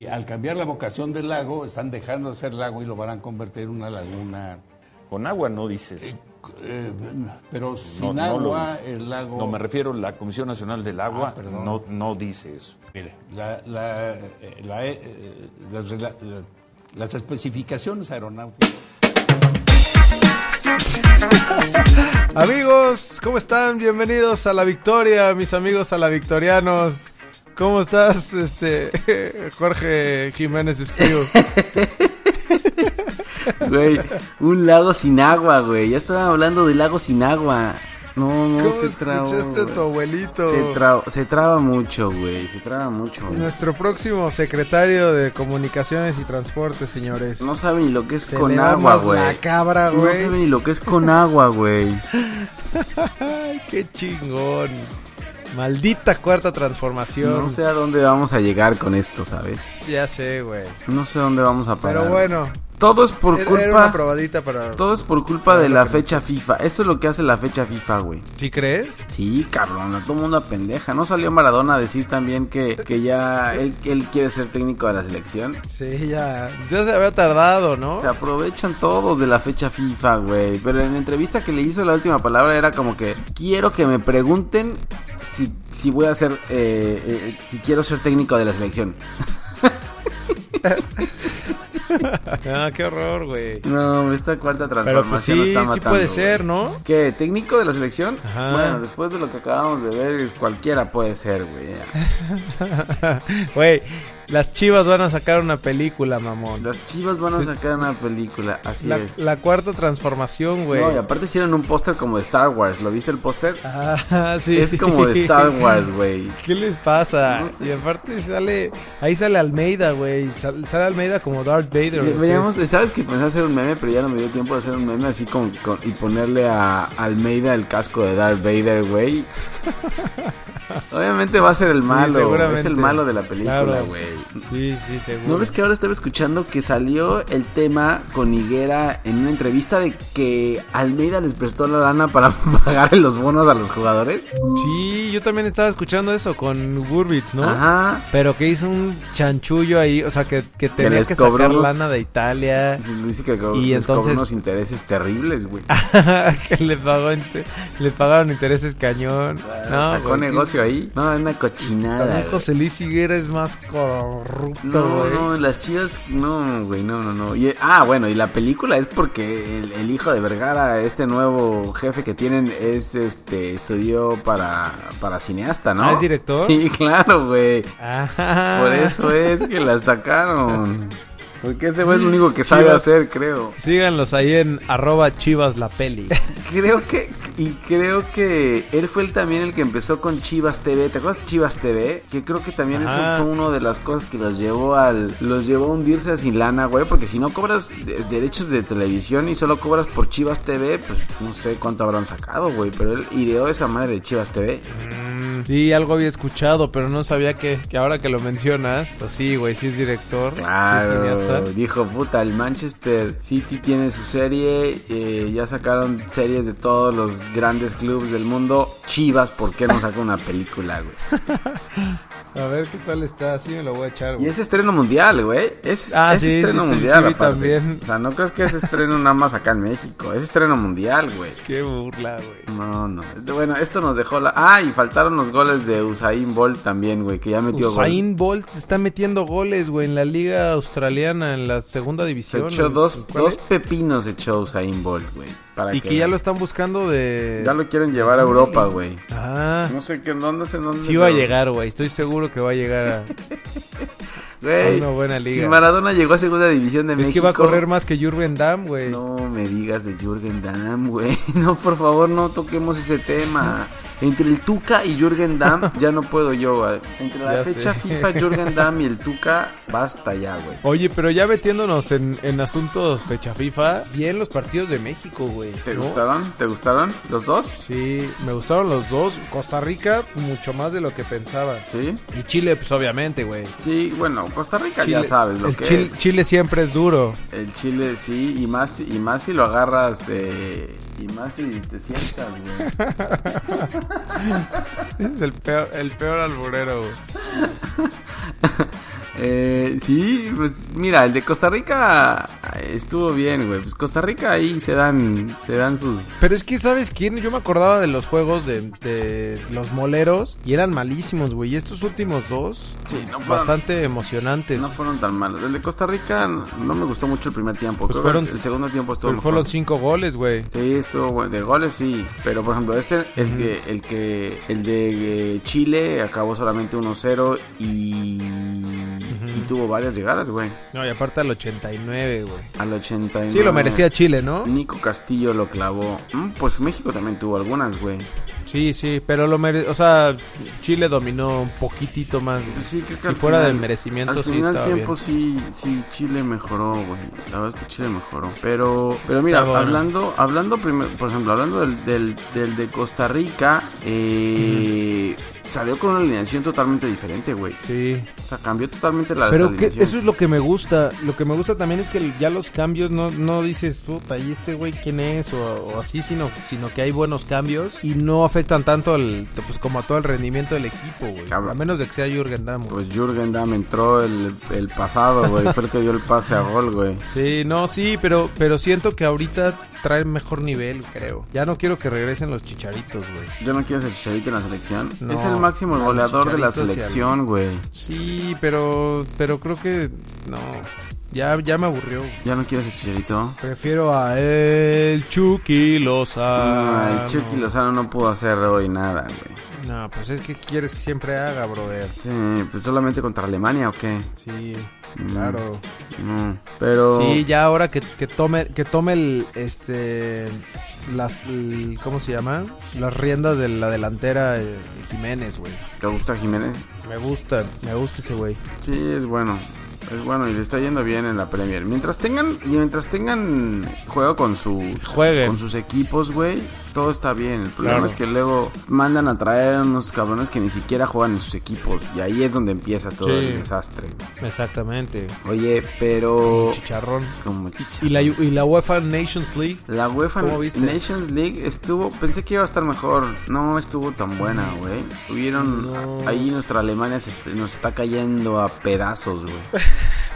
Y al cambiar la vocación del lago, están dejando de ser lago y lo van a convertir en una laguna. Con agua no dices. Eh, eh, pero No, sin no lo agua, dice. el lago. No, me refiero, la Comisión Nacional del Agua Ah, perdón. no, no dice eso. Mire, la- la- eh, la- eh, las, rela- la- las especificaciones aeronáuticas. Amigos, ¿cómo están? Bienvenidos a la victoria, mis amigos a la victorianos. ¿Cómo estás, este Jorge Jiménez Espriu? Uh, Güey, un lago sin agua, güey. Ya estaban hablando de lago sin agua. No, no, ¿Cómo se traba. escuchaste a tu abuelito? se, tra- se traba mucho, güey. Se traba mucho. Nuestro próximo secretario de Comunicaciones y Transportes, señores. No saben ni lo que es Se con le va agua, más güey. la cabra, No güey. saben ni lo que es con agua, güey. Ay, qué chingón. Maldita cuarta transformación. No sé a dónde vamos a llegar con esto, ¿sabes? Ya sé, güey. No sé a dónde vamos a parar. Pero bueno, Todo es por era, culpa. era una probadita para... Todo es por culpa Para de lo la que fecha FIFA. Eso es lo que hace la fecha FIFA, güey. ¿Sí crees? Sí, cabrón, a todo mundo pendeja. ¿No salió Maradona a decir también que, que ya él, él quiere ser técnico de la selección? Sí, ya. Ya se había tardado, ¿no? Se aprovechan todos de la fecha FIFA, güey. Pero en la entrevista que le hizo la última palabra era como que quiero que me pregunten si, si voy a ser, eh, eh, si quiero ser técnico de la selección. Ah, qué horror, güey. No, esta cuarta Pero pues transformación sí, está matando. sí puede güey. ser, ¿no? ¿Qué? ¿Técnico de la selección? Ajá. Bueno, después de lo que acabamos de ver, cualquiera puede ser, güey. Güey, las chivas van a sacar una película, mamón. Las chivas van a Sí. sacar una película, así La, es. la cuarta transformación, güey. No, y aparte hicieron un póster como de Star Wars. ¿Lo viste el póster? Ah, sí. es sí. como de Star Wars, güey. ¿Qué les pasa? No sé. Y aparte sale. Ahí sale Almeida, güey. Sal- sale Almeida como Darth Vader. Sí, güey. Deberíamos, ¿sabes que pensé hacer un meme? Pero ya no me dio tiempo de hacer un meme así con, con- y ponerle a Almeida el casco de Darth Vader, güey. Obviamente va a ser el malo, seguramente. es el malo de la película, Claro. güey. Sí, sí, seguro. ¿No ves que ahora estaba escuchando que salió el tema con Higuera en una entrevista de que Almeida les prestó la lana para pagar los bonos a los jugadores? Sí, yo también estaba escuchando eso con Gurbitz, ¿no? Ajá. Pero que hizo un chanchullo ahí, o sea, que, que tenía les que cobró sacar unos- lana de Italia. Dice que co- Y les cobró entonces- Ah, unos intereses terribles, güey. que le, pagó, inte- le pagaron intereses cañón. No, Pues Sacó güey. negocio ahí. No, es una También cochinada. güey. José Luis Higuera es más corrupto, No, güey. no, las chivas, no, güey, no, no, no. Y- ah, bueno, y la película es porque el, el hijo de Vergara, este nuevo jefe que tienen, es este, estudió para, para cineasta, ¿no? Ah, ¿es director? Ah. Sí, claro, güey. Ajá. Por eso es que la sacaron. Porque ese güey es lo único que sabe Chivas. hacer, creo. Síganlos ahí en arroba chivas la peli. Creo que, y creo que él fue el también el que empezó con Chivas TV. ¿Te acuerdas Chivas TV? Que creo que también Ajá. eso fue una de las cosas que los llevó al, los llevó a hundirse sin lana, güey. Porque si no cobras de- derechos de televisión y solo cobras por Chivas TV, pues no sé cuánto habrán sacado, güey. Pero él ideó esa madre de Chivas TV. Mm. sí, algo había escuchado, pero no sabía que, que ahora que lo mencionas, pues sí, güey, sí es director. sí es cineasta. Claro, dijo, puta, el Manchester City tiene su serie, eh, ya sacaron series de todos los grandes clubes del mundo. Chivas, ¿por qué no saca una película, güey? A ver qué tal está, sí me lo voy a echar, Y güey. es estreno mundial, güey. Es, Ah, es sí, estreno sí, mundial, sí, aparte. también. O sea, no crees que es estreno nada más acá en México. Es estreno mundial, güey. Qué burla, güey. No, no. Bueno, esto nos dejó la. Ah, y faltaron los goles de Usain Bolt también, güey, que ya metió gol. Usain Bolt está metiendo goles, güey, en la liga australiana, en la segunda Se división. echó ¿En- dos, en cuál dos es? pepinos, echó Usain Bolt, güey. para Y que ya lo vean. están buscando de... Ya lo quieren llevar a Europa, güey. Ah, No sé qué, dónde se dónde. sí va a pero- llegar, güey. Estoy seguro que va a llegar a... Güey, Una buena liga. Si Maradona llegó a segunda división de es México. que va a correr más que Jurgen Damm, güey. No me digas de Jürgen Damm, güey. No, por favor, no toquemos ese tema. Entre el Tuca y Jürgen Damm ya no puedo yo, güey. Entre la Ya fecha sé. FIFA, Jürgen Damm y el Tuca, basta ya, güey. Oye, pero ya metiéndonos en, en asuntos fecha FIFA, bien los partidos de México, güey. ¿Te ¿no? gustaron? ¿Te gustaron los dos? Sí, me gustaron los dos. Costa Rica, mucho más de lo que pensaba. Sí. Y Chile, pues obviamente, güey. Sí, bueno, Costa Rica Chile- ya sabes lo el que Chile, es. Chile siempre es duro. El Chile sí, y más, y más si lo agarras, eh, y más si te sientas, güey. Es el peor, el peor alburero, güey. Eh, sí, pues mira, el de Costa Rica eh, estuvo bien, güey. Pues Costa Rica ahí se dan, se dan sus... Pero es que, ¿sabes quién? Yo me acordaba de los juegos de, de los moleros y eran malísimos, güey. Y estos últimos dos, Sí, no fueron- bastante emocionantes. No fueron tan malos. El de Costa Rica no no me gustó mucho el primer tiempo. Pues Creo que fueron- el segundo tiempo estuvo Pero mejor. fueron cinco goles, güey. Sí, estuvo bueno. De goles sí. Pero por ejemplo, este, el, que, el que. El de eh, Chile acabó solamente 1-0 y. Y tuvo varias llegadas, güey. No, y aparte al 89, güey. Al 89. Sí, lo merecía Chile, ¿no? Nico Castillo lo clavó. Mm, pues México también tuvo algunas, güey. Sí, sí, pero lo merecía. O sea, Chile dominó un poquitito más. güey. Pues sí, creo que Si al fuera final- del merecimiento, Al sí final estaba tiempo sí, sí, Chile mejoró, güey. La verdad es que Chile mejoró. Pero, pero mira, Está bueno. hablando, hablando primero, por ejemplo, hablando del, del, del de Costa Rica, eh, salió con una alineación totalmente diferente, güey. Sí. O sea, cambió totalmente la Pero la que alineación. eso es lo que me gusta. Lo que me gusta también es que ya los cambios no, no dices, puta, ¿y este güey quién es? O, o así, sino, sino que hay buenos cambios y no afectan tanto al, pues, como a todo el rendimiento del equipo, güey. Cabrón. A menos de que sea Jürgen Damm. güey. Pues Jürgen Damm entró el, el pasado, güey. Fue el que dio el pase a gol, güey. Sí, no, sí, pero, pero siento que ahorita trae mejor nivel, creo. Ya no quiero que regresen los chicharitos, güey. Yo no quiero ser chicharito en la selección. No, es el máximo no, goleador de la Chicharito sí, selección, güey. Sí, pero, pero creo que no. Ya, ya me aburrió. Ya no quiero ser chicharito. Prefiero a el Chucky Ah, Lozano. el Chucky Lozano no pudo hacer hoy nada, güey. No, pues es que quieres que siempre haga, brother. Sí, pues solamente contra Alemania o qué. Sí, Mm. claro. No, pero Sí, ya ahora que, que tome que tome el este las el- ¿cómo se llama? Las riendas de la delantera eh, Jiménez, güey. ¿te gusta Jiménez? Me gusta, me gusta ese güey. Sí, es bueno. Es bueno y le está yendo bien en la Premier. Mientras tengan y mientras tengan juego con sus Juegue. con sus equipos, güey, todo está bien. El problema Claro. es que luego mandan a traer unos cabrones que ni siquiera juegan en sus equipos y ahí es donde empieza todo Sí. el desastre. Exactamente. Oye, pero Chicharrón. como chicha. Y la U- y la UEFA Nations League La UEFA ¿Cómo viste? Nations League estuvo, pensé que iba a estar mejor, no estuvo tan buena, güey. Tuvieron Mm. No. ahí nuestra Alemania se est- nos está cayendo a pedazos, güey.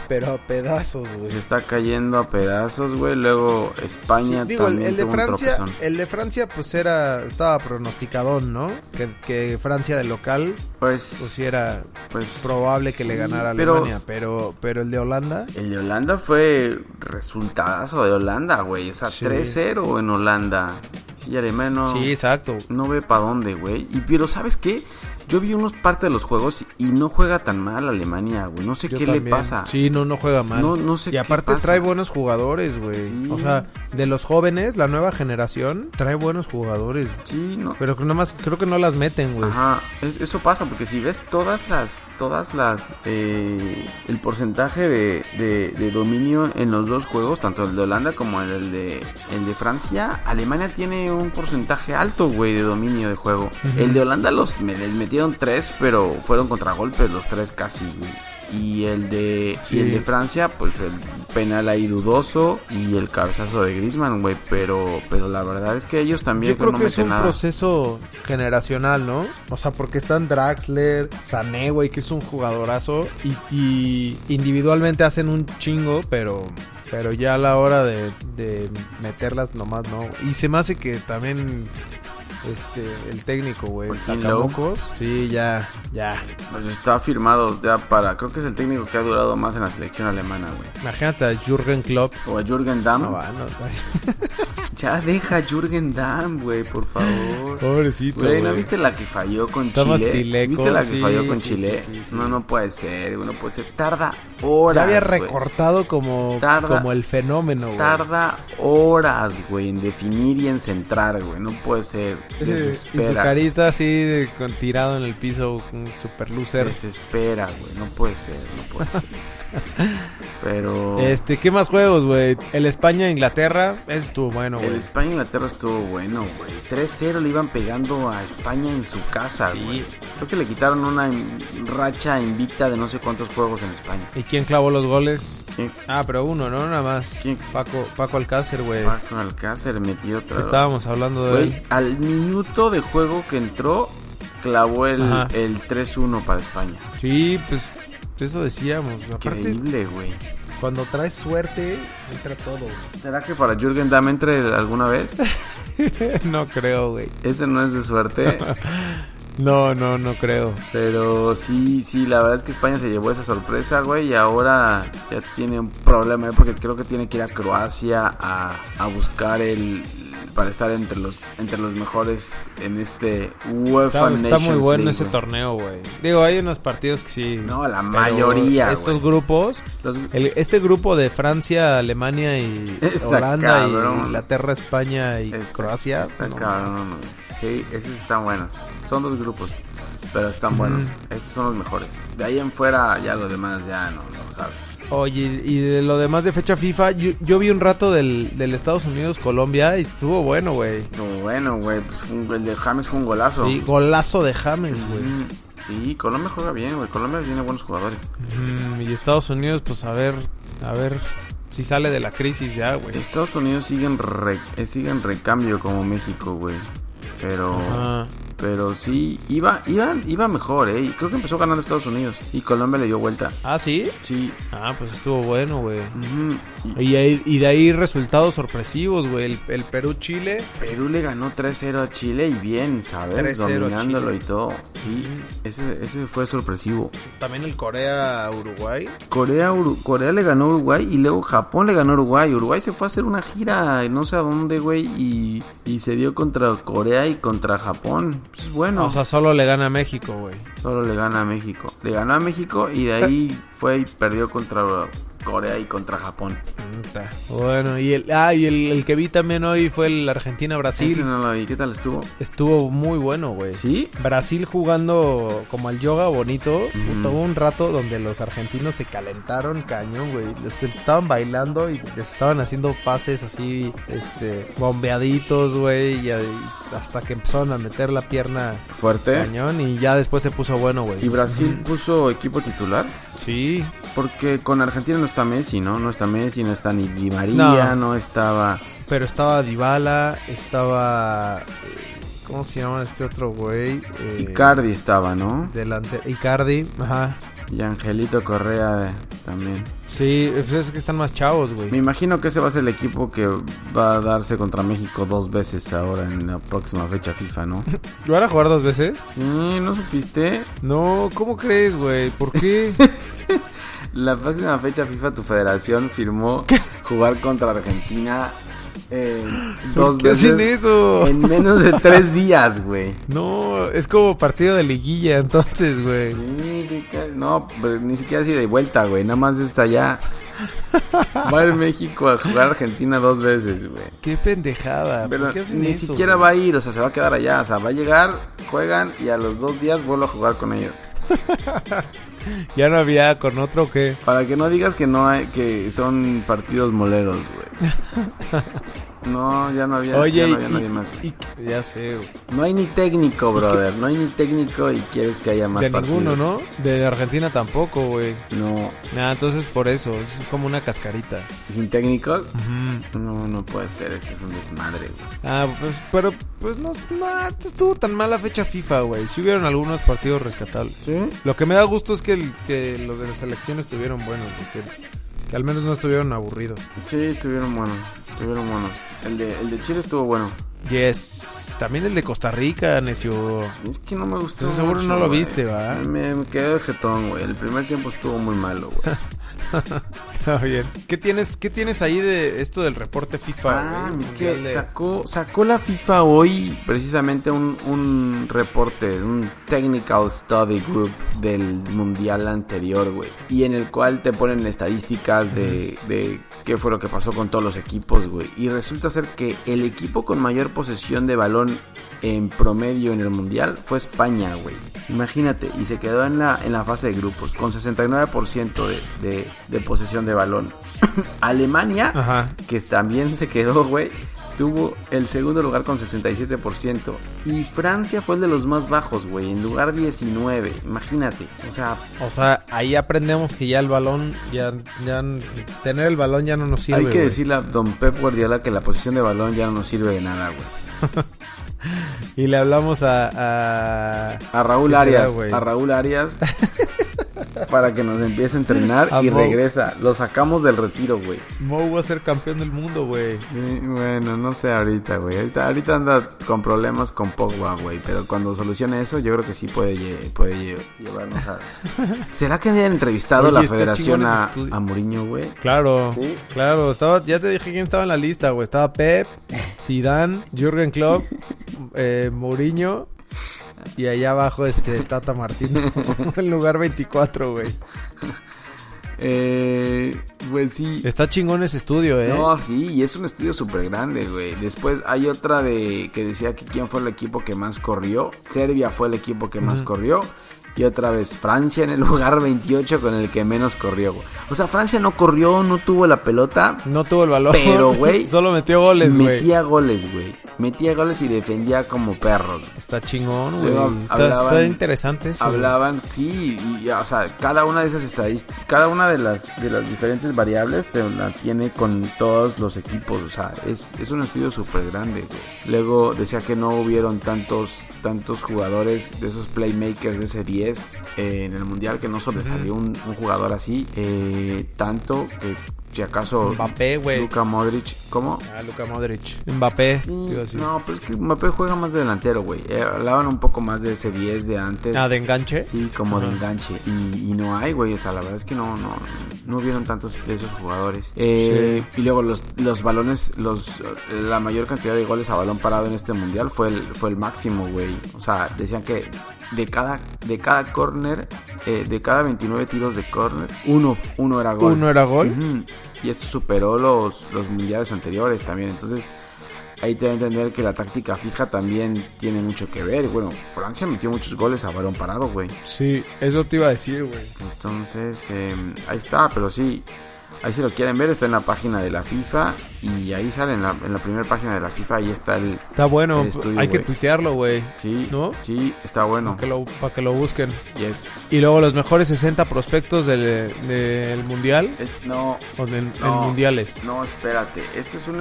Pero a pedazos, güey. Se está cayendo a pedazos, güey. Luego Sí, España digo, el, también el de tuvo un Francia, tropezón. el de Francia pues era estaba pronosticadón, ¿no? Que, que Francia de local Pues, pues sí era pues probable que le sí, ganara a pero- Alemania, pero pero el de Holanda El de Holanda fue resultadazo de Holanda, güey. O sea, Sí. 3-0 en Holanda. Sí, Alemania no- exacto. no ve para dónde, güey. Y pero sabes qué, yo vi unos partes de los juegos y no juega tan mal Alemania, güey. No sé Yo qué le también. pasa. Sí, no no juega mal. No- no y sé qué aparte pasa. trae buenos jugadores, güey. Sí. O sea, de los jóvenes, la nueva generación trae buenos jugadores, Sí, no. pero que nomás creo que no las meten, güey. Ajá, es- eso pasa porque si ves todas las, todas las, eh, el porcentaje de, de- de dominio en los dos juegos, tanto el de Holanda como el de, el de Francia, Alemania tiene un porcentaje alto, güey, de dominio de juego. El de Holanda los me- les metieron tres, pero fueron contragolpes los tres casi, güey. Y el de y el Sí. de Francia, pues el penal ahí dudoso y el cabezazo de Griezmann, güey, pero pero la verdad es que ellos también Yo creo no que es meten un nada. proceso generacional, ¿no? O sea, porque están Draxler, Sané, güey, que es un jugadorazo. Y, y individualmente hacen un chingo, pero, pero ya a la hora de, de meterlas nomás no. Y se me hace que también... Este, el técnico, güey. Por fin, Sacamocos. Sí, ya, ya. Pues está firmado ya para, creo que es el técnico que ha durado más en la selección alemana, güey. Imagínate a Jürgen Klopp. O a Jürgen Damm. No va, no. ya deja a Jürgen Damm, güey, por favor. Pobrecito, Güey, ¿no güey. viste la que falló con Está más Chile? tileco, ¿Viste la que sí, falló con sí, Chile? sí, sí, sí. No, no puede ser, güey, no puede ser. Tarda Ya horas. había güey. recortado como, Tarda- como el fenómeno, güey. Tarda horas, güey, en definir y en centrar, güey. No puede ser. Ese- Y Desespera. su carita así, de- con, tirado en el piso, un super loser. Desespera, güey. No puede ser, no puede ser. Pero. Este, ¿qué más juegos, güey? El España-Inglaterra, ese estuvo bueno, El Ah, güey. España-Inglaterra estuvo bueno, güey. 3-0 le iban pegando a España en su casa, Sí. güey. Creo que le quitaron una in- racha invicta de no sé cuántos juegos en España. ¿Y quién clavó los goles? ¿Quién? Ah, pero uno, ¿no? Nada más. ¿Quién? Paco, Paco Alcácer, güey. Paco Alcácer metió otra. Estábamos hablando de Güey, él. al minuto de juego que entró, clavó el, Ajá. el 3-1 para España. Sí, pues Eso decíamos. Aparte, Increíble, güey. cuando traes suerte, entra todo. güey. ¿Será que para Jürgen Damm entre alguna vez? no creo, güey. Ese no es de suerte, No, no, no creo. pero sí, sí, la verdad es que España se llevó esa sorpresa, güey, y ahora ya tiene un problema, ¿eh? porque creo que tiene que ir a Croacia a, a buscar el para estar entre los entre los mejores en este UEFA Está, está muy Nations bueno League, ese güey. torneo, güey. Digo, hay unos partidos que sí. No, la pero mayoría, Estos güey. grupos, Los- el- este grupo de Francia, Alemania y Esa Holanda cabrón. y Inglaterra, España y Está- Croacia. está no cabrón, güey. Sí, esos están buenos. Son dos grupos, pero están buenos. Esos son los mejores. De ahí en fuera, ya lo demás ya no, no sabes. Oye, y de lo demás de fecha FIFA, yo, yo vi un rato del, del Estados Unidos-Colombia y estuvo bueno, güey. Como bueno, güey, pues, un- el de James fue un golazo. Sí, golazo de James, güey. Mm, Sí, Colombia juega bien, güey. Colombia tiene buenos jugadores. Mm, y Estados Unidos, pues a ver, a ver si sale de la crisis ya, güey. Estados Unidos siguen re, eh, siguen recambio como México, güey. Pero Ajá. pero sí iba iba iba mejor, eh. Y creo que empezó ganando Estados Unidos y Colombia le dio vuelta. Ah, sí. Sí. Ah, pues estuvo bueno, güey. ujú, y Y, ahí- y de ahí resultados sorpresivos, güey. El, el Perú-Chile. Perú le ganó 3-0 a Chile y bien, ¿sabes? 3-0 a Dominándolo Chile. y todo. Sí, ese, ese fue sorpresivo. También el Corea-Uruguay. Corea, Uru- Corea le ganó a Uruguay y luego Japón le ganó a Uruguay. Uruguay se fue a hacer una gira, no sé a dónde, güey, y, y se dio contra Corea y contra Japón. Pues bueno, O sea, solo le gana a México, güey. solo le gana a México. Le ganó a México y de ahí fue y perdió contra Corea y contra Japón. Puta. Bueno, y el, ah, y el, el que vi también hoy fue el Argentina-Brasil. Ese no lo vi. ¿Qué tal estuvo? Estuvo muy bueno, güey. ¿Sí? Brasil jugando como al yoga bonito. Puta, Hubo un rato donde los argentinos se calentaron cañón, güey. Les estaban bailando y les estaban haciendo pases así, este, bombeaditos, güey. Y, ahí- hasta que empezaron a meter la pierna Fuerte. cañón y ya después se puso bueno, güey. ¿Eh? ¿Y Brasil puso equipo titular? Sí. Porque con Argentina no está Messi, ¿no? No está Messi, no está ni Di María, no, No. estaba... Pero estaba Dybala, estaba... eh, ¿Cómo se llama este otro güey? Eh, Icardi estaba, ¿no? delante- Icardi, ajá. Y Angelito Correa eh, también. Sí, pues es que están más chavos, güey. Me imagino que ese va a ser el equipo que va a darse contra México dos veces ahora en la próxima fecha FIFA, ¿no? ¿Lo van a jugar dos veces? Sí, ¿No supiste? No, ¿cómo crees, güey? ¿Por qué? La próxima fecha FIFA tu federación firmó jugar contra Argentina eh, dos ¿Por qué veces hacen eso? en menos de tres días, güey. No, es como partido de liguilla, entonces, güey. Sí, sí, ca- No, pero ni siquiera así de vuelta, güey. Nada más es allá. Va a ir México a jugar a Argentina dos veces, güey. Qué pendejada. Pero ¿Por qué hacen ni eso, siquiera güey? va a ir, o sea, se va a quedar allá. O sea, va a llegar, juegan y a los dos días vuelvo a jugar con ellos. Ya no había con otro que. Para que no digas que no hay, que son partidos moleros, güey. No, ya no había, ya Oye, no y- había nadie más. y, güey. y- ya sé, güey. No hay ni técnico, brother. No hay ni técnico y quieres que haya más De partidos. ninguno, ¿no? De Argentina tampoco, güey. No, Nah, Ah, entonces por eso, es como una cascarita. sin técnicos. Ujú. No, no puede ser. Este es un desmadre, güey. Ah, pues, pero, pues no, no estuvo tan mala fecha FIFA, güey. Si hubieron algunos partidos rescatables. ¿Sí? Lo que me da gusto es que, el- que los de la selección estuvieron buenos, porque- que al menos no estuvieron aburridos. Sí, estuvieron buenos. Estuvieron buenos. El de, el de Chile estuvo bueno. Yes, también el de Costa Rica, necio. Es que no me gustó. Entonces, seguro no lo güey. viste, ¿va? Me, me quedé de jetón, güey. El primer tiempo estuvo muy malo, güey. Está bien. ¿Qué tienes, qué tienes ahí de esto del reporte FIFA? Ah, güey? es que Mundial de- sacó, sacó la FIFA hoy precisamente un, un reporte, un Technical Study Group del mundial anterior, güey. Y en el cual te ponen estadísticas de, de qué fue lo que pasó con todos los equipos, güey. Y resulta ser que el equipo con mayor posesión de balón en promedio en el mundial fue España, güey. Imagínate, y se quedó en la, en la fase de grupos con 69% de, de, de posesión de balón. Alemania Ajá. que también se quedó, güey. Tuvo el segundo lugar con 67%. Y Francia fue el de los más bajos, güey. En lugar 19. Imagínate. O sea, O sea, ahí aprendemos que ya el balón, ya, ya tener el balón ya no nos sirve. hay que güey. decirle a Don Pep Guardiola que la posición de balón ya no nos sirve de nada, güey. Y le hablamos a, a- A Raúl ¿Qué será, Arias. güey? a Raúl Arias. para que nos empiece a entrenar A y Mo. regresa. Lo sacamos del retiro, güey. Mo va a ser campeón del mundo, güey. Eh, Bueno, no sé ahorita, güey. Ahorita, ahorita anda con problemas con Pogba, güey. Pero cuando solucione eso, yo creo que sí puede, lle- puede lle- llevarnos a... ¿Será que hayan entrevistado Oye, la está chingón federación ese a, estudio. a Mourinho, güey? Claro, Sí. claro, estaba, ya te dije quién estaba en la lista, güey. Estaba Pep, Zidane, Jürgen Klopp, eh, Mourinho y allá abajo este Tata Martino, el lugar 24, güey. Eh, pues sí. Está chingón ese estudio, eh. No, sí, y es un estudio súper grande, güey. Después hay otra de que decía que quién fue el equipo que más corrió. Serbia fue el equipo que más corrió. Y otra vez Francia en el lugar 28 con el que menos corrió, güey. O sea, Francia no corrió, no tuvo la pelota. No tuvo el valor. Pero, güey, Solo metió goles, güey. metía goles, güey. Metía goles y defendía como perros. Está chingón, güey. Luego Está, hablaban- está interesante eso. güey. Hablaban, sí, y, y, o sea, cada una de esas estadísticas, cada una de las de las diferentes variables te la tiene con todos los equipos, o sea, es, es un estudio súper grande, güey. Luego decía que no hubieron tantos tantos jugadores de esos playmakers de ese 10 eh, en el mundial que no sobresalió un, un jugador así eh, tanto que si acaso Mbappé, güey. Luka Modric, ¿cómo? Ah, Luka Modric. Mbappé. Mm, digo así. No, pero es que Mbappé juega más de delantero, güey. Eh, hablaban un poco más de ese 10 de antes. Ah, de enganche. Sí, como de Ajá. enganche. Y, y no hay, güey. O sea, la verdad es que no, no, no hubieron tantos de esos jugadores. Eh, Y luego los, los balones, los, la mayor cantidad de goles a balón parado en este mundial fue el, fue el máximo, güey. O sea, decían que de cada, de cada corner, eh, de cada 29 tiros de corner, uno, uno era gol. Uno era gol. Ujú. Y esto superó los, los mundiales anteriores también. Entonces, ahí te da a entender que la táctica fija también tiene mucho que ver. Bueno, Francia metió muchos goles a varón parado, güey. Sí, eso te iba a decir, güey. Entonces, eh, ahí está, pero sí. Ahí si lo quieren ver, está en la página de la FIFA. Y ahí sale en la, en la primera página de la FIFA. Ahí está el. Está bueno. El estudio, hay que güey. tuitearlo, güey. Sí, ¿No? sí, está bueno. Que lo- Para que lo busquen. Y es. Y luego los mejores 60 prospectos del, del mundial. es- no, O del- en No. mundiales. No, espérate. Este es un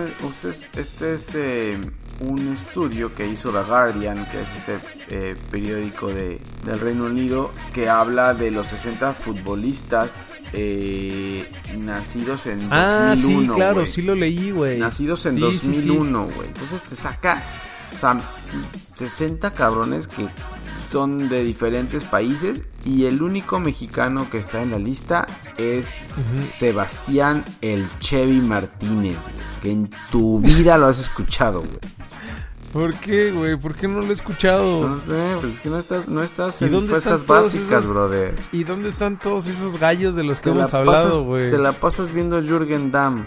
este es, este es, eh, un estudio que hizo The Guardian, que es este eh, periódico de, del Reino Unido, que habla de los 60 futbolistas eh, nacidos en Ah, 2001. sí, claro, güey. sí lo leí, güey. Nacidos en Sí, sí, sí. 2001, güey. Entonces te saca, o sea, 60 cabrones que son de diferentes países y el único mexicano que está en la lista es Ujú. Sebastián el Chevy Martínez, güey, que en tu vida lo has escuchado, güey. ¿Por qué, güey? ¿Por qué no lo he escuchado? No sé, güey, que no estás, no estás Oh. ¿Y en dónde están fuerzas todos básicas, esos brother. ¿Y dónde están todos esos gallos de los que Te la hemos hablado, pasas- güey? Te la pasas viendo a Jürgen Damm.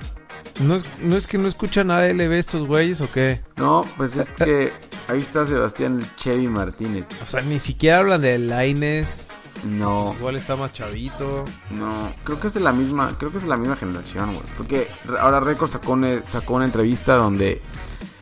¿No, es, ¿No es que no escuchan a LB estos güeyes o qué? No, pues es que ahí está Sebastián el Chevy Martínez. O sea, ni siquiera hablan de Laines. No. Igual está más chavito. No, creo que es de la misma, creo que es de la misma generación, güey. Porque re- ahora Record sacó una, sacó una entrevista donde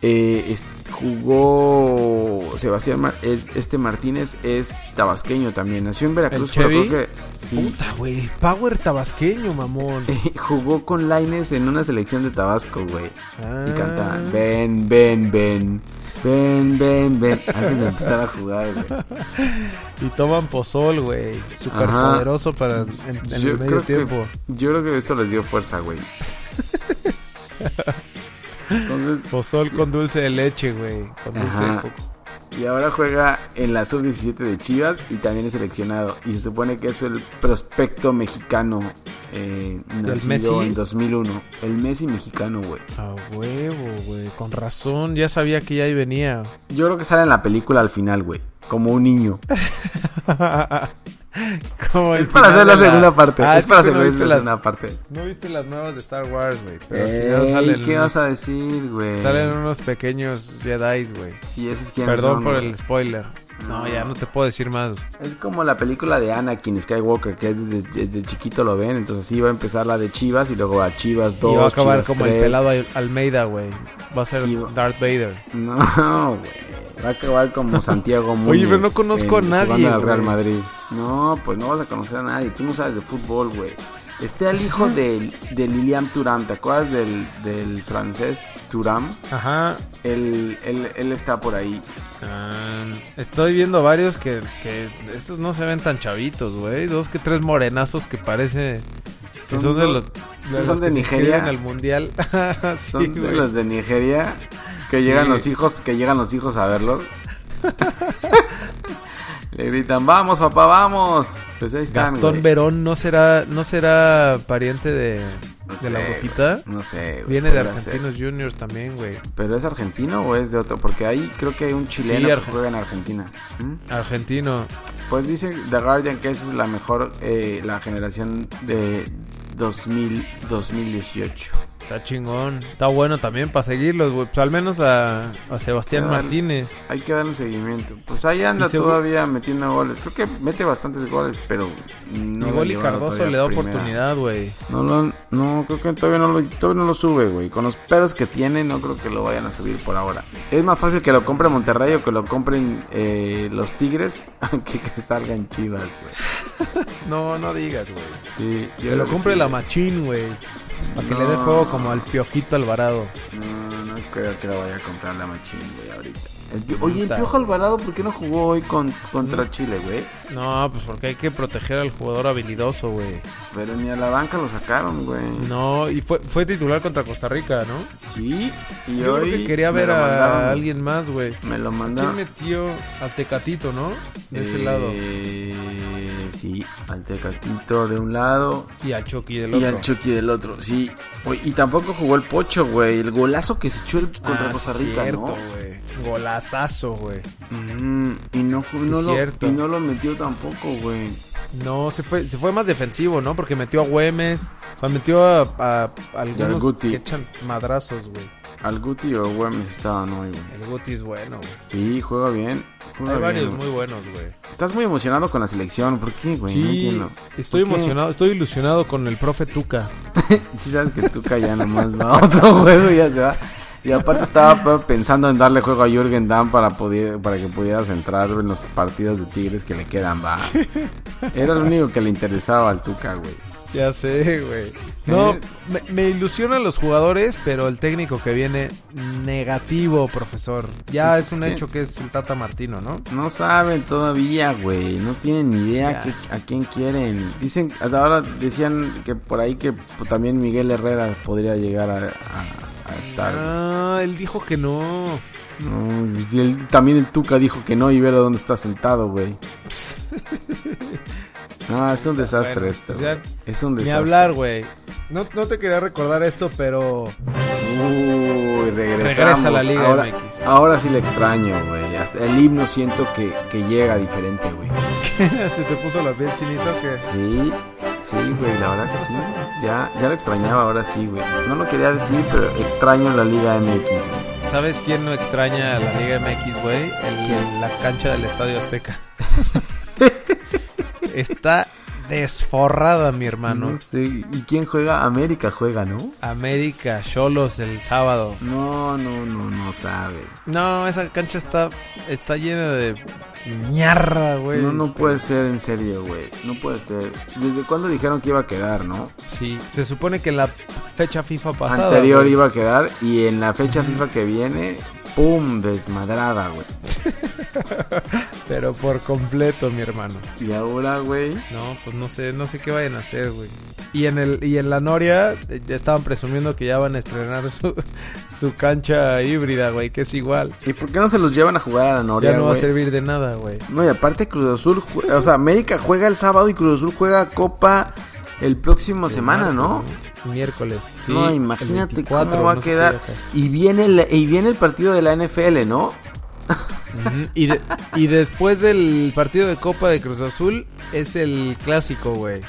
eh, es- jugó Sebastián Mar- es- este Martínez es tabasqueño también. Nació en Veracruz, ¿El pero Chevy? creo que sí. Puta, güey. Power tabasqueño, mamón. jugó con Laines en una selección de Tabasco, güey. Y Ah. cantaban, ven, ven, ven. Ven, ven, ven. Antes de empezar a jugar, güey. Y toman pozol, güey. Súper poderoso para en, en el medio tiempo. Que, yo creo que eso les dio fuerza, güey. Entonces, Pozol con dulce de leche, güey. Con dulce de Ajá. coco. y ahora juega en la sub-17 de Chivas y también es seleccionado. Y se supone que es el prospecto mexicano eh, nacido Messi? en 2001. El Messi mexicano, güey. A huevo, güey. Con razón. Ya sabía que ya ahí venía. Yo creo que sale en la película al final, güey. Como un niño. Como el Es final para hacer la de segunda parte. Ah, es para que hacer tú no la viste las- segunda parte. No viste las nuevas de Star Wars, güey. Pero al final Ey, salen ¿Qué unos- vas a decir, güey? Salen unos pequeños Jedi, güey. Y esos quiénes Perdón son, por güey? el spoiler. No, ya no te puedo decir más. Es como la película de Anakin Skywalker, que es desde, desde chiquito lo ven, entonces sí va a empezar la de Chivas y luego a Chivas 2. y va a acabar Chivas como el 3. pelado Al- Almeida, güey. Va a ser Y va- Darth Vader. No, güey. Va a acabar como Santiago Muñoz. pero no conozco a nadie, Jugando al Real güey. Madrid. No, pues no vas a conocer a nadie. Tú no sabes de fútbol, güey. Está el hijo de, de Lilian Turam, ¿te acuerdas del, del francés Turam? Ajá. Él, él, él está por ahí. Am, estoy viendo varios que, que estos no se ven tan chavitos, güey. Dos que tres morenazos que parece que Son son de dos- los, son los de que se Nigeria. inscriben al mundial. Sí, Son de güey. los de Nigeria que llegan Sí. los hijos, que llegan los hijos a verlos. Le gritan, vamos papá, vamos. Pues ahí están. Gastón güey. Verón no será no será pariente de, No de sé, la güey. bofita. No sé. güey, Viene de podría ser. Argentinos Juniors también, güey. ¿Pero es argentino o es de otro? Porque ahí creo que hay un chileno Sí, que argen- juega en Argentina. ¿Mm? Argentino. Pues dice The Guardian que esa es la mejor, eh, la generación de 2000, 2018. Está chingón. Está bueno también para seguirlos, güey. Pues al menos a, a Sebastián Ya, dale. Martínez. Hay que darle un seguimiento. Pues ahí anda Y seguro- todavía metiendo goles. Creo que mete bastantes goles, pero no. y lo ha Goli llevado Cardoso todavía le da a primera. oportunidad, güey. No, lo- no, creo que todavía no, lo, todavía no lo sube, güey. Con los pedos que tiene, no creo que lo vayan a subir por ahora. Es más fácil que lo compre Monterrey o que lo compren eh, los Tigres, aunque que salgan chivas, güey. No, no digas, güey. Sí, yo Que creo lo que compre sí. la machín, güey. Para que le dé No. fuego como al piojito Alvarado. No, no creo que lo vaya a comprar la machín, güey, ahorita. El Pio- Oye, el Puta, Piojo Alvarado, ¿por qué no jugó hoy con, contra Chile, güey? No, pues porque hay que proteger al jugador habilidoso, güey. Pero ni a la banca lo sacaron, güey. No, y fue, fue titular contra Costa Rica, ¿no? Sí, y Yo hoy creo que quería me ver lo mandaron. a alguien más, güey. Me lo ¿Quién mandaron. metió al Tecatito, no? De ese Eh, lado. Sí, al Tecatito de un lado Y al Chucky del y otro. al Chucky del otro, sí. Oye, y tampoco jugó el Pocho, güey. El golazo que se echó el contra Ah, Costa sí, Rica, cierto, ¿no? güey. Golazazo, güey. Ujú, y no, ju- no Sí, lo, cierto. y no lo metió tampoco, güey. No, se fue, se fue más defensivo, ¿no? Porque metió a Güemes. O sea, metió a, a- a al algunos Guti. que echan madrazos, güey. Al Guti o Güemes estaban hoy, güey. El Guti es bueno, güey. Sí, juega bien. Juega Hay bien, varios güey. muy buenos, güey. Estás muy emocionado con la selección. ¿Por qué, güey? no Sí, entiendo. estoy ¿Por qué? emocionado, estoy ilusionado con el profe Tuca. Sí, sabes que tú ya nomás va a otro juego y ya se va. Y aparte estaba pe- pensando en darle juego a Jürgen Damm para, poder, para que pudieras entrar en los partidos de Tigres que le quedan, va. Era lo único que le interesaba al Tuca, güey. Ya sé, güey. No, Eh. me, me ilusionan los jugadores, pero el técnico que viene negativo, profesor. Ya Pues es un es que- hecho que es el Tata Martino, ¿no? No saben todavía, güey. No tienen ni idea Ya. qué- a quién quieren. Dicen, hasta ahora decían que por ahí que pues, también Miguel Herrera podría llegar a, a- a estar. Ah, él dijo que no. No, y él- también el Tuca dijo que no y velo dónde está sentado, güey. No, es un desastre Bueno, esto. pues ya güey. es un Ni desastre. hablar, güey. No, no te quería recordar esto, pero Uy, regresamos. Regresa a la Liga ahora, MX. ahora sí le extraño, güey. Hasta El himno siento que, que llega diferente, güey. se te puso la piel chinita que... Sí, sí, güey, la verdad que sí. Ya, ya lo extrañaba, ahora sí, güey. No lo quería decir, pero extraño la Liga MX. güey. ¿Sabes quién no extraña a la Liga MX, güey? El- ¿Quién? La cancha del Estadio Azteca. Está desforrada, mi hermano. No sé, ¿Y quién juega? América juega, ¿no? América, Cholos el sábado. No, no, no, no sabes. No, esa cancha está, está llena de mierda, güey. No, no puede ser en serio, güey. No puede ser. ¿Desde cuándo dijeron que iba a quedar, no? Sí, se supone que en la fecha FIFA pasada. Anterior güey. iba a quedar y en la fecha FIFA que viene, ¡pum! Desmadrada, güey. Pero por completo, mi hermano. Y ahora, güey. No, pues no sé, no sé qué vayan a hacer, güey. Y en el y en la Noria eh, ya estaban presumiendo que ya van a estrenar su, su cancha híbrida, güey, que es igual. ¿Y por qué no se los llevan a jugar a la Noria, ya no va güey? a servir de nada, güey. No, y aparte Cruz Azul, jue- o sea, América juega el sábado y Cruz Azul juega Copa el próximo semana, ¿no? Miércoles. Sí, no, el imagínate 24, cómo va no a sé qué quedar. día cae. Y viene, el, y viene el partido de la NFL, ¿no? Ujú, y, de- y después del partido de Copa de Cruz Azul es el clásico, güey.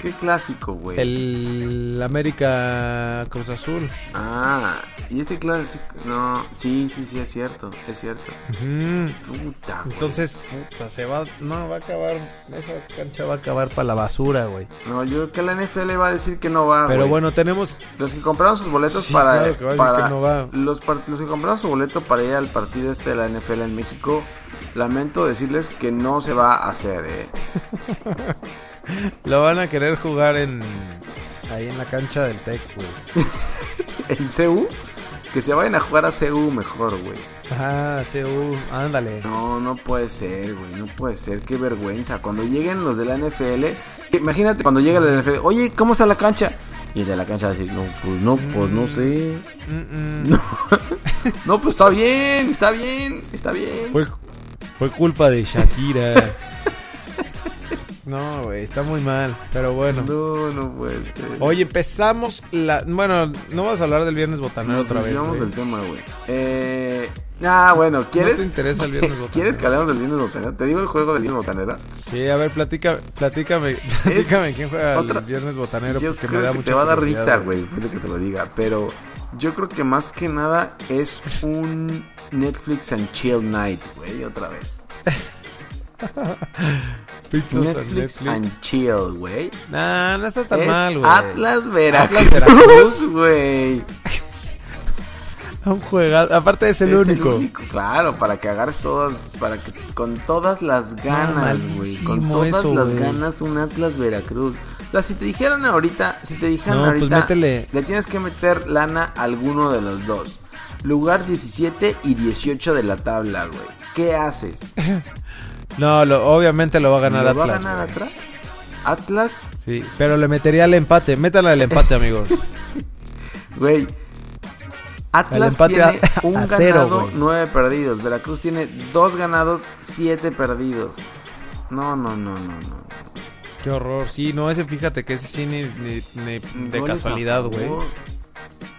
Qué clásico, güey. El América Cruz Azul. Ah, y ese clásico. No, sí, sí, sí, es cierto, es cierto. Ujú. Puta, güey. Entonces, puta, se va. No, va a acabar. Esa cancha va a acabar para la basura, güey. No, yo creo que la NFL va a decir que no va. Pero Ah, güey. bueno, tenemos. Los que compraron sus boletos Sí, para. claro que va a decir para- que no va. Los, par- los que compraron su boleto para ir al partido este de la NFL en México, lamento decirles que no se va a hacer, eh. Lo van a querer jugar en. Ahí en la cancha del Tec, güey. En CU, que se vayan a jugar a CU mejor, güey. Ah, CU, ándale. No, no puede ser, güey, no puede ser, qué vergüenza. Cuando lleguen los de la NFL, imagínate cuando llega la NFL, oye, ¿cómo está la cancha? Y el de la cancha va a decir, no, pues no, pues no sé. Mm, mm. No, no pues está bien, está bien, está bien. Fue, fue culpa de Shakira. No, güey, está muy mal. Pero bueno. No, no puede ser. Hoy empezamos la. Bueno, no vamos a hablar del viernes botanero Nos otra vez. desviamos güey. del tema, güey. Eh, ah, bueno, ¿quieres? ¿No te interesa el viernes botanero? ¿Quieres que hablemos del viernes botanera? ¿Te digo el juego del viernes botanera? Sí, a ver, platica, platícame, platícame quién juega otra- el viernes botanero Yo porque creo me da que mucha te va a dar curiosidad, risa, güey, después de que te lo diga. Pero yo creo que más que nada es un Netflix and Chill Night, güey, otra vez. Pictures and Netflix, Netflix. and Chill, güey. Nah, no está tan Es mal, güey. Atlas Veracruz, güey. Un juegado. Aparte es el Es único. Claro, para que agarres todas, para que con todas las ganas, güey. con malísimo todas eso, las güey. ganas un Atlas Veracruz. O sea, si te dijeran ahorita, si te dijeran No, pues ahorita, métele. le tienes que meter lana a alguno de los dos. Lugar 17 y 18 de la tabla, güey. ¿Qué haces? No, lo- obviamente lo va a ganar ¿Lo va Atlas. a ganar güey. Atlas? Atlas, Sí, pero le metería el empate. Métala el empate, amigos. güey. Atlas empate tiene a- un a cero, ganado, güey. nueve perdidos. Veracruz tiene dos ganados, siete perdidos. No, no, no, no, no. Qué horror. Sí, no, ese fíjate que ese sí ni, ni- ni de Goles casualidad, a güey. favor.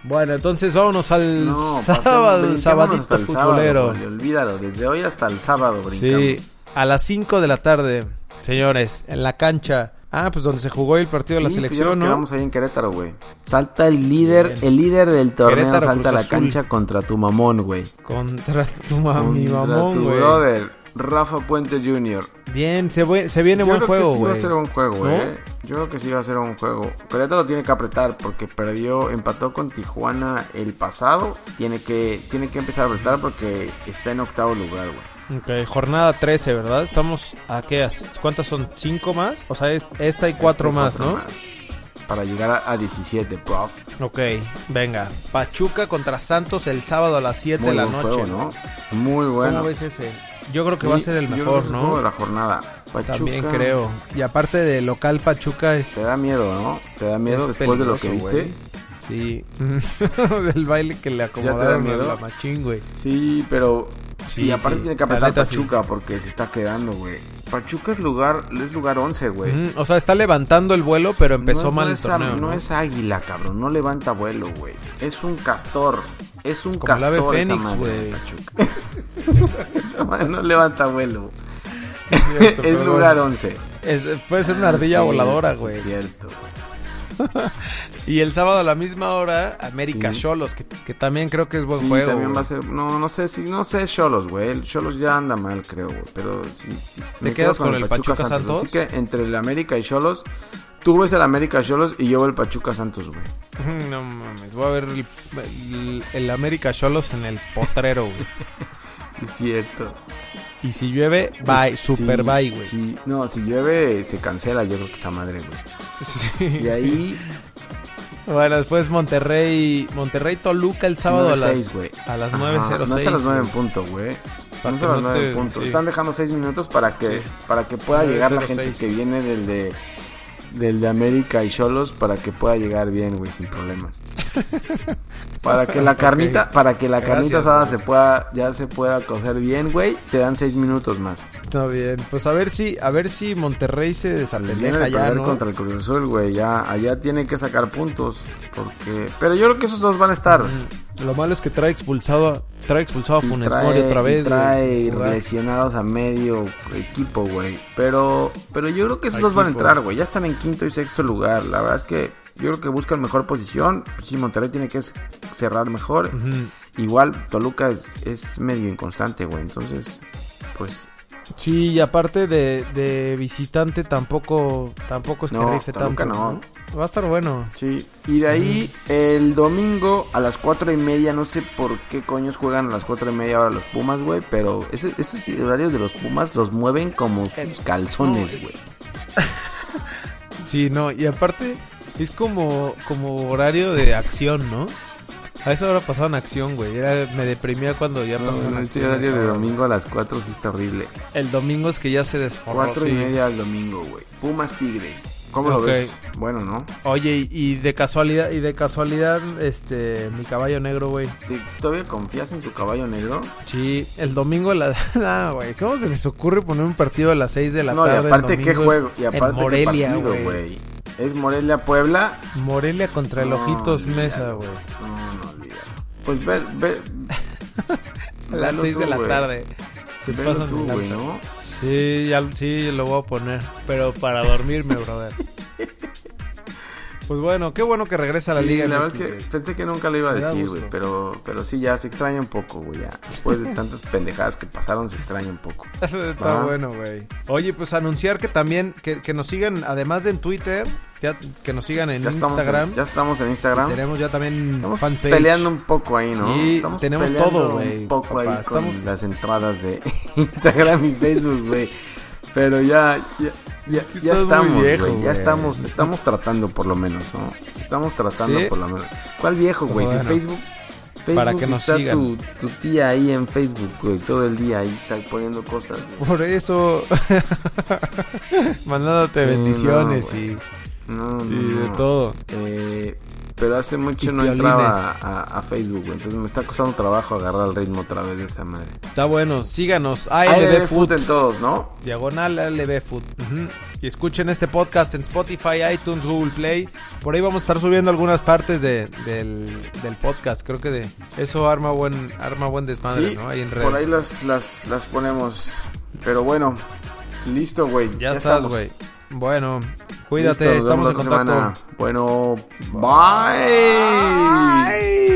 Bueno, entonces vámonos al No, sábado, pasemos- sabadito brinquémonos hasta el futbolero. sábado, güey, olvídalo, desde hoy hasta el sábado brincamos. pues sí, a las 5 de la tarde, señores, en la cancha. Ah, pues donde se jugó el partido de la Sí, pues ya nos selección, ¿no? quedamos ahí en Querétaro, güey. Salta el líder, Bien. el líder del torneo Querétaro, salta Cruz a la Azul. cancha contra tu mamón, güey. Contra tu mami, Contra mamón, tu güey. brother, Rafa Puente Jr. Bien, se, bu- se viene Yo buen creo juego, que sí va güey. a ser un juego, ¿No? eh. Yo creo que sí va a ser un juego. Querétaro tiene que apretar porque perdió, empató con Tijuana el pasado. Tiene que, tiene que empezar a apretar porque está en octavo lugar, güey. Ok, jornada 13, ¿verdad? Estamos a qué? a- ¿Cuántas son? ¿Cinco más? O sea, es- esta y cuatro Este, más, ¿no? Para llegar a, a 17, prof. Ok, venga. Pachuca contra Santos el sábado a las 7 Muy de la buen noche. juego, ¿no? Muy bueno. ¿Cómo ves ese? Yo creo que va a Sí, ser el yo creo que mejor, es el juego de ¿no? la jornada. Pachuca, También creo. Y aparte de local, Pachuca es. Te da miedo, ¿no? Te da miedo Es después de lo que peligroso, viste. Sí. Del baile que le te da acomodaron miedo? a la machín, güey. Sí, pero... Sí, y aparte sí. tiene que La apretar neta, sí. Pachuca porque se está quedando, güey. Pachuca es lugar, es lugar 11, güey. Mm, o sea, está levantando el vuelo, pero empezó No es- mal no el es a- torneo. No es águila, cabrón. No levanta vuelo, güey. Es un castor. Es un Como el castor ave esa fénix, madre de güey. Pachuca. Esa madre no levanta vuelo. Es cierto, es pero lugar bueno. 11. Es- puede ser una ardilla Sí, voladora, eso güey. Es cierto. Y el sábado a la misma hora, América Sí. Cholos, que, que también creo que es buen sí, juego. también va güey. a ser. No, no sé si. No sé, Cholos, güey. El Cholos ya anda mal, creo, güey. Pero sí. sí. Me quedas quedo con el Pachuca Santos? Así que entre el América y Cholos. Tú ves el América Cholos y yo veo el Pachuca Santos, güey. No mames, voy a ver el, el- el América Cholos en el potrero, güey. Sí, es cierto. Y si llueve, bye, Sí, super bye, güey. sí. no, si llueve se cancela, yo creo que esa madre, güey. Sí. Y ahí Bueno, después Monterrey, Monterrey Toluca el sábado a 9-6, las güey. a las Ajá, 9.06. No es a las 9 en güey. punto, güey. Para No es que a las no 9 en te- punto. sí. Están dejando 6 minutos para que, Sí. para que pueda llegar la 9-0-6. gente que viene del de, del de América y Cholos para que pueda llegar bien, güey, sin problemas. Para que la carnita, para que la carnita Gracias, asada güey. se pueda, ya se pueda cocer bien, güey, te dan 6 minutos más. Está bien. Pues a ver si a ver si Monterrey se Viene desapendeja de ya, perder ¿no? contra el Cruz Azul, güey, ya allá tiene que sacar puntos porque pero yo creo que esos dos van a estar. Mm, Lo malo es que trae expulsado, a- trae expulsado a Y Funes trae- Mori otra vez, y güey, trae sin jugar. lesionados a medio equipo, güey. Pero, pero yo creo que esos A dos van a equipo. entrar, güey. Ya están en quinto y sexto lugar. La verdad es que yo creo que buscan mejor posición. Sí, Monterrey tiene que s- cerrar mejor. Ujú. Igual Toluca es, es medio inconstante, güey. Entonces, pues Sí, y aparte de, de visitante tampoco tampoco es que No, rife Toluca tanto. no. Va a estar bueno. sí. Y de ahí el domingo a las cuatro y media. No sé por qué coños juegan a las cuatro y media ahora los Pumas, güey. Pero ese- esos horarios de los Pumas los mueven como sus calzones, güey. Sí, no, y aparte es como, como horario de acción, ¿no? A esa hora pasaban acción, güey. Era, me deprimía cuando ya No, pasaban no, ese acción. horario esa de hora. domingo a las 4 sí está horrible. El domingo es que ya se desforró. 4 y sí. media al domingo, güey. Pumas Tigres. ¿Cómo Ok. lo ves? Bueno, ¿no? Oye, y, y de casualidad, y de casualidad, este, mi caballo negro, güey. ¿Te- ¿Todavía confías en tu caballo negro? Sí, el domingo a la... Nah, güey, ¿cómo se les ocurre poner un partido a las 6 de la no, y tarde? el aparte qué domingo juego. Y en aparte Morelia, qué güey. partido, güey. ¿Es Morelia-Puebla? Morelia contra el No, Ojitos olvídalo. Mesa, güey. No, no, olvídalo. Pues ve, ve. A las velo 6 de tú, la güey. tarde. Se Velo pasan tú, de güey, lanza. ¿no? Sí, ya, sí, lo voy a poner. Pero para dormirme, brother. Pues bueno, qué bueno que regresa a la Sí, liga. la MX, verdad es güey. que pensé que nunca lo iba a Me da decir, gusto. güey, pero, pero sí, ya se extraña un poco, güey, ya. Después de tantas pendejadas que pasaron, se extraña un poco. Está Ah. bueno, güey. Oye, pues anunciar que también, que, que nos sigan, además de en Twitter, ya- que nos sigan en Ya estamos, Instagram. en, ya estamos en Instagram. Tenemos ya también Estamos fanpage. peleando un poco ahí, ¿no? Sí, Estamos tenemos peleando todo, güey, Un poco papá, ahí con estamos- las entradas de Instagram y Facebook, güey. Pero ya, ya, ya, que ya estás muy estamos, güey, viejo, Ya güey. estamos, estamos tratando por lo menos, ¿no? Estamos tratando ¿Sí? por lo menos. ¿Cuál viejo, güey? Bueno. Si Facebook, Facebook Para que nos está sigan. Tu, tu tía ahí en Facebook, güey, todo el día ahí está poniendo cosas. güey. Por eso, mandándote Sí, bendiciones no, y, No, no, y de no. todo. Eh, pero hace mucho Y no piolines. entraba a, a- a Facebook, güey. Entonces me está costando trabajo agarrar el ritmo otra vez de esa madre. Está bueno, síganos. ALB ALB Food Food. en todos, ¿no? Diagonal ALB Food. Ujú. Y escuchen este podcast en Spotify, iTunes, Google Play. Por ahí vamos a estar subiendo algunas partes de- del, del podcast. Creo que de eso arma buen, arma buen desmadre, sí, ¿no? Ahí en redes. por ahí las, las, las ponemos. Pero bueno, listo, güey. ya, estás, estamos. güey. Bueno, cuídate, Listo, nos estamos en vemos la contacto. semana. Bueno, bye.